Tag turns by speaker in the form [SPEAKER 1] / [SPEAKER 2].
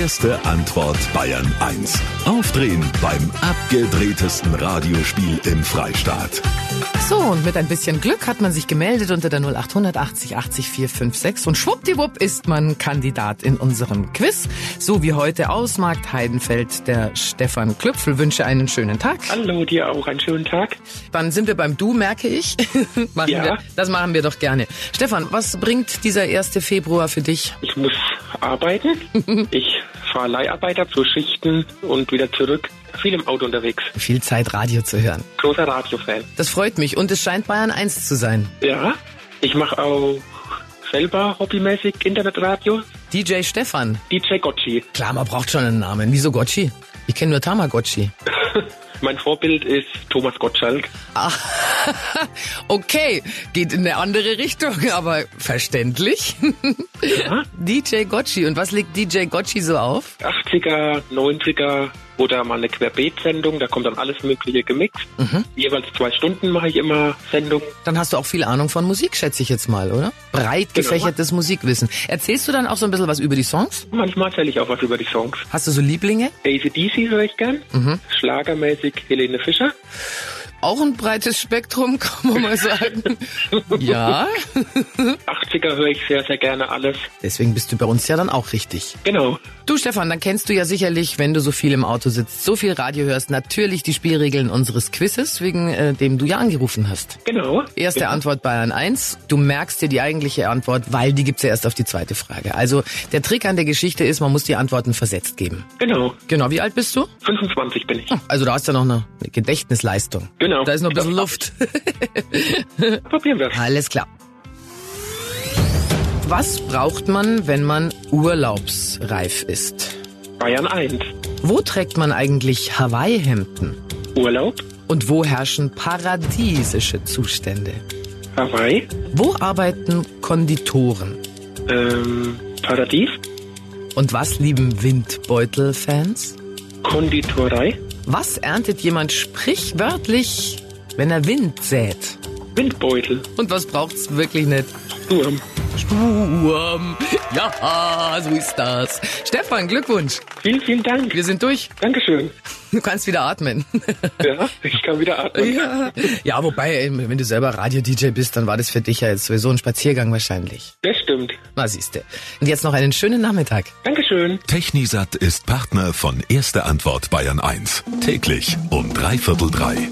[SPEAKER 1] Erste Antwort Bayern 1. Aufdrehen beim abgedrehtesten Radiospiel im Freistaat.
[SPEAKER 2] So, und mit ein bisschen Glück hat man sich gemeldet unter der 0800 80 80 456 und schwuppdiwupp ist man Kandidat in unserem Quiz. So wie heute aus Markt Heidenfeld der Stefan Klüpfel. Wünsche einen schönen Tag.
[SPEAKER 3] Hallo, dir auch einen schönen Tag.
[SPEAKER 2] Dann sind wir beim Du, merke ich. machen
[SPEAKER 3] Ja.
[SPEAKER 2] wir, das machen wir doch gerne. Stefan, was bringt dieser 1. Februar für dich?
[SPEAKER 3] Ich muss arbeiten. ich fahre Leiharbeiter zu Schichten und wieder zurück. Viel im Auto unterwegs.
[SPEAKER 2] Viel Zeit, Radio zu hören.
[SPEAKER 3] Großer Radiofan.
[SPEAKER 2] Das freut mich und es scheint Bayern 1 zu sein.
[SPEAKER 3] Ja, ich mache auch selber hobbymäßig Internetradio.
[SPEAKER 2] DJ Stefan.
[SPEAKER 3] DJ Gotchi.
[SPEAKER 2] Klar, man braucht schon einen Namen. Wieso Gotchi? Ich kenne nur Tamagotchi.
[SPEAKER 3] mein Vorbild ist Thomas Gottschalk.
[SPEAKER 2] Ah, okay, geht in eine andere Richtung, aber verständlich. DJ Gotchi. Und was legt DJ Gotchi so auf?
[SPEAKER 3] 80er, 90er oder mal eine Querbeet-Sendung. Da kommt dann alles Mögliche gemixt. Jeweils zwei Stunden mache ich immer Sendung.
[SPEAKER 2] Dann hast du auch viel Ahnung von Musik, schätze ich jetzt mal, oder? Breit
[SPEAKER 3] Genau.
[SPEAKER 2] gefächertes Musikwissen. Erzählst du dann auch so ein bisschen was über die Songs?
[SPEAKER 3] Manchmal erzähle ich auch was über die Songs.
[SPEAKER 2] Hast du so Lieblinge?
[SPEAKER 3] ACDC höre ich gern. Schlagermäßig Helene Fischer.
[SPEAKER 2] Auch ein breites Spektrum, kann man mal sagen. ja.
[SPEAKER 3] 80er höre ich sehr, sehr gerne alles.
[SPEAKER 2] Deswegen bist du bei uns ja dann auch richtig.
[SPEAKER 3] Genau.
[SPEAKER 2] Du Stefan, dann kennst du ja sicherlich, wenn du so viel im Auto sitzt, so viel Radio hörst, natürlich die Spielregeln unseres Quizzes, wegen äh, dem du ja angerufen hast.
[SPEAKER 3] Genau.
[SPEAKER 2] Erste Antwort Bayern 1. Du merkst dir die eigentliche Antwort, weil die gibt's ja erst auf die zweite Frage. Also der Trick an der Geschichte ist, man muss die Antworten versetzt geben.
[SPEAKER 3] Genau.
[SPEAKER 2] Genau, wie alt bist du?
[SPEAKER 3] 25 bin ich.
[SPEAKER 2] Also du hast ja noch eine Gedächtnisleistung.
[SPEAKER 3] Genau.
[SPEAKER 2] Da ist noch ein bisschen Luft.
[SPEAKER 3] Probieren wir
[SPEAKER 2] Alles klar. Was braucht man, wenn man urlaubsreif ist?
[SPEAKER 3] Bayern 1.
[SPEAKER 2] Wo trägt man eigentlich Hawaii-Hemden?
[SPEAKER 3] Urlaub.
[SPEAKER 2] Und wo herrschen paradiesische Zustände?
[SPEAKER 3] Hawaii.
[SPEAKER 2] Wo arbeiten Konditoren?
[SPEAKER 3] Ähm, Paradies.
[SPEAKER 2] Und was lieben Windbeutel-Fans?
[SPEAKER 3] Konditorei.
[SPEAKER 2] Was erntet jemand sprichwörtlich, wenn er Wind sät?
[SPEAKER 3] Windbeutel.
[SPEAKER 2] Und was braucht's wirklich nicht?
[SPEAKER 3] Sturm.
[SPEAKER 2] Sturm. Ja, so ist das. Stefan, Glückwunsch.
[SPEAKER 3] Vielen, vielen Dank.
[SPEAKER 2] Wir sind durch.
[SPEAKER 3] Dankeschön.
[SPEAKER 2] Du kannst wieder atmen.
[SPEAKER 3] Ja, ich kann wieder atmen.
[SPEAKER 2] ja. ja, wobei, ey, wenn du selber Radio-DJ bist, dann war das für dich ja jetzt sowieso ein Spaziergang wahrscheinlich.
[SPEAKER 3] Das stimmt.
[SPEAKER 2] Na, siehste. Und jetzt noch einen schönen Nachmittag.
[SPEAKER 3] Dankeschön.
[SPEAKER 1] Technisat ist Partner von Erste Antwort Bayern 1. Täglich um drei Viertel drei.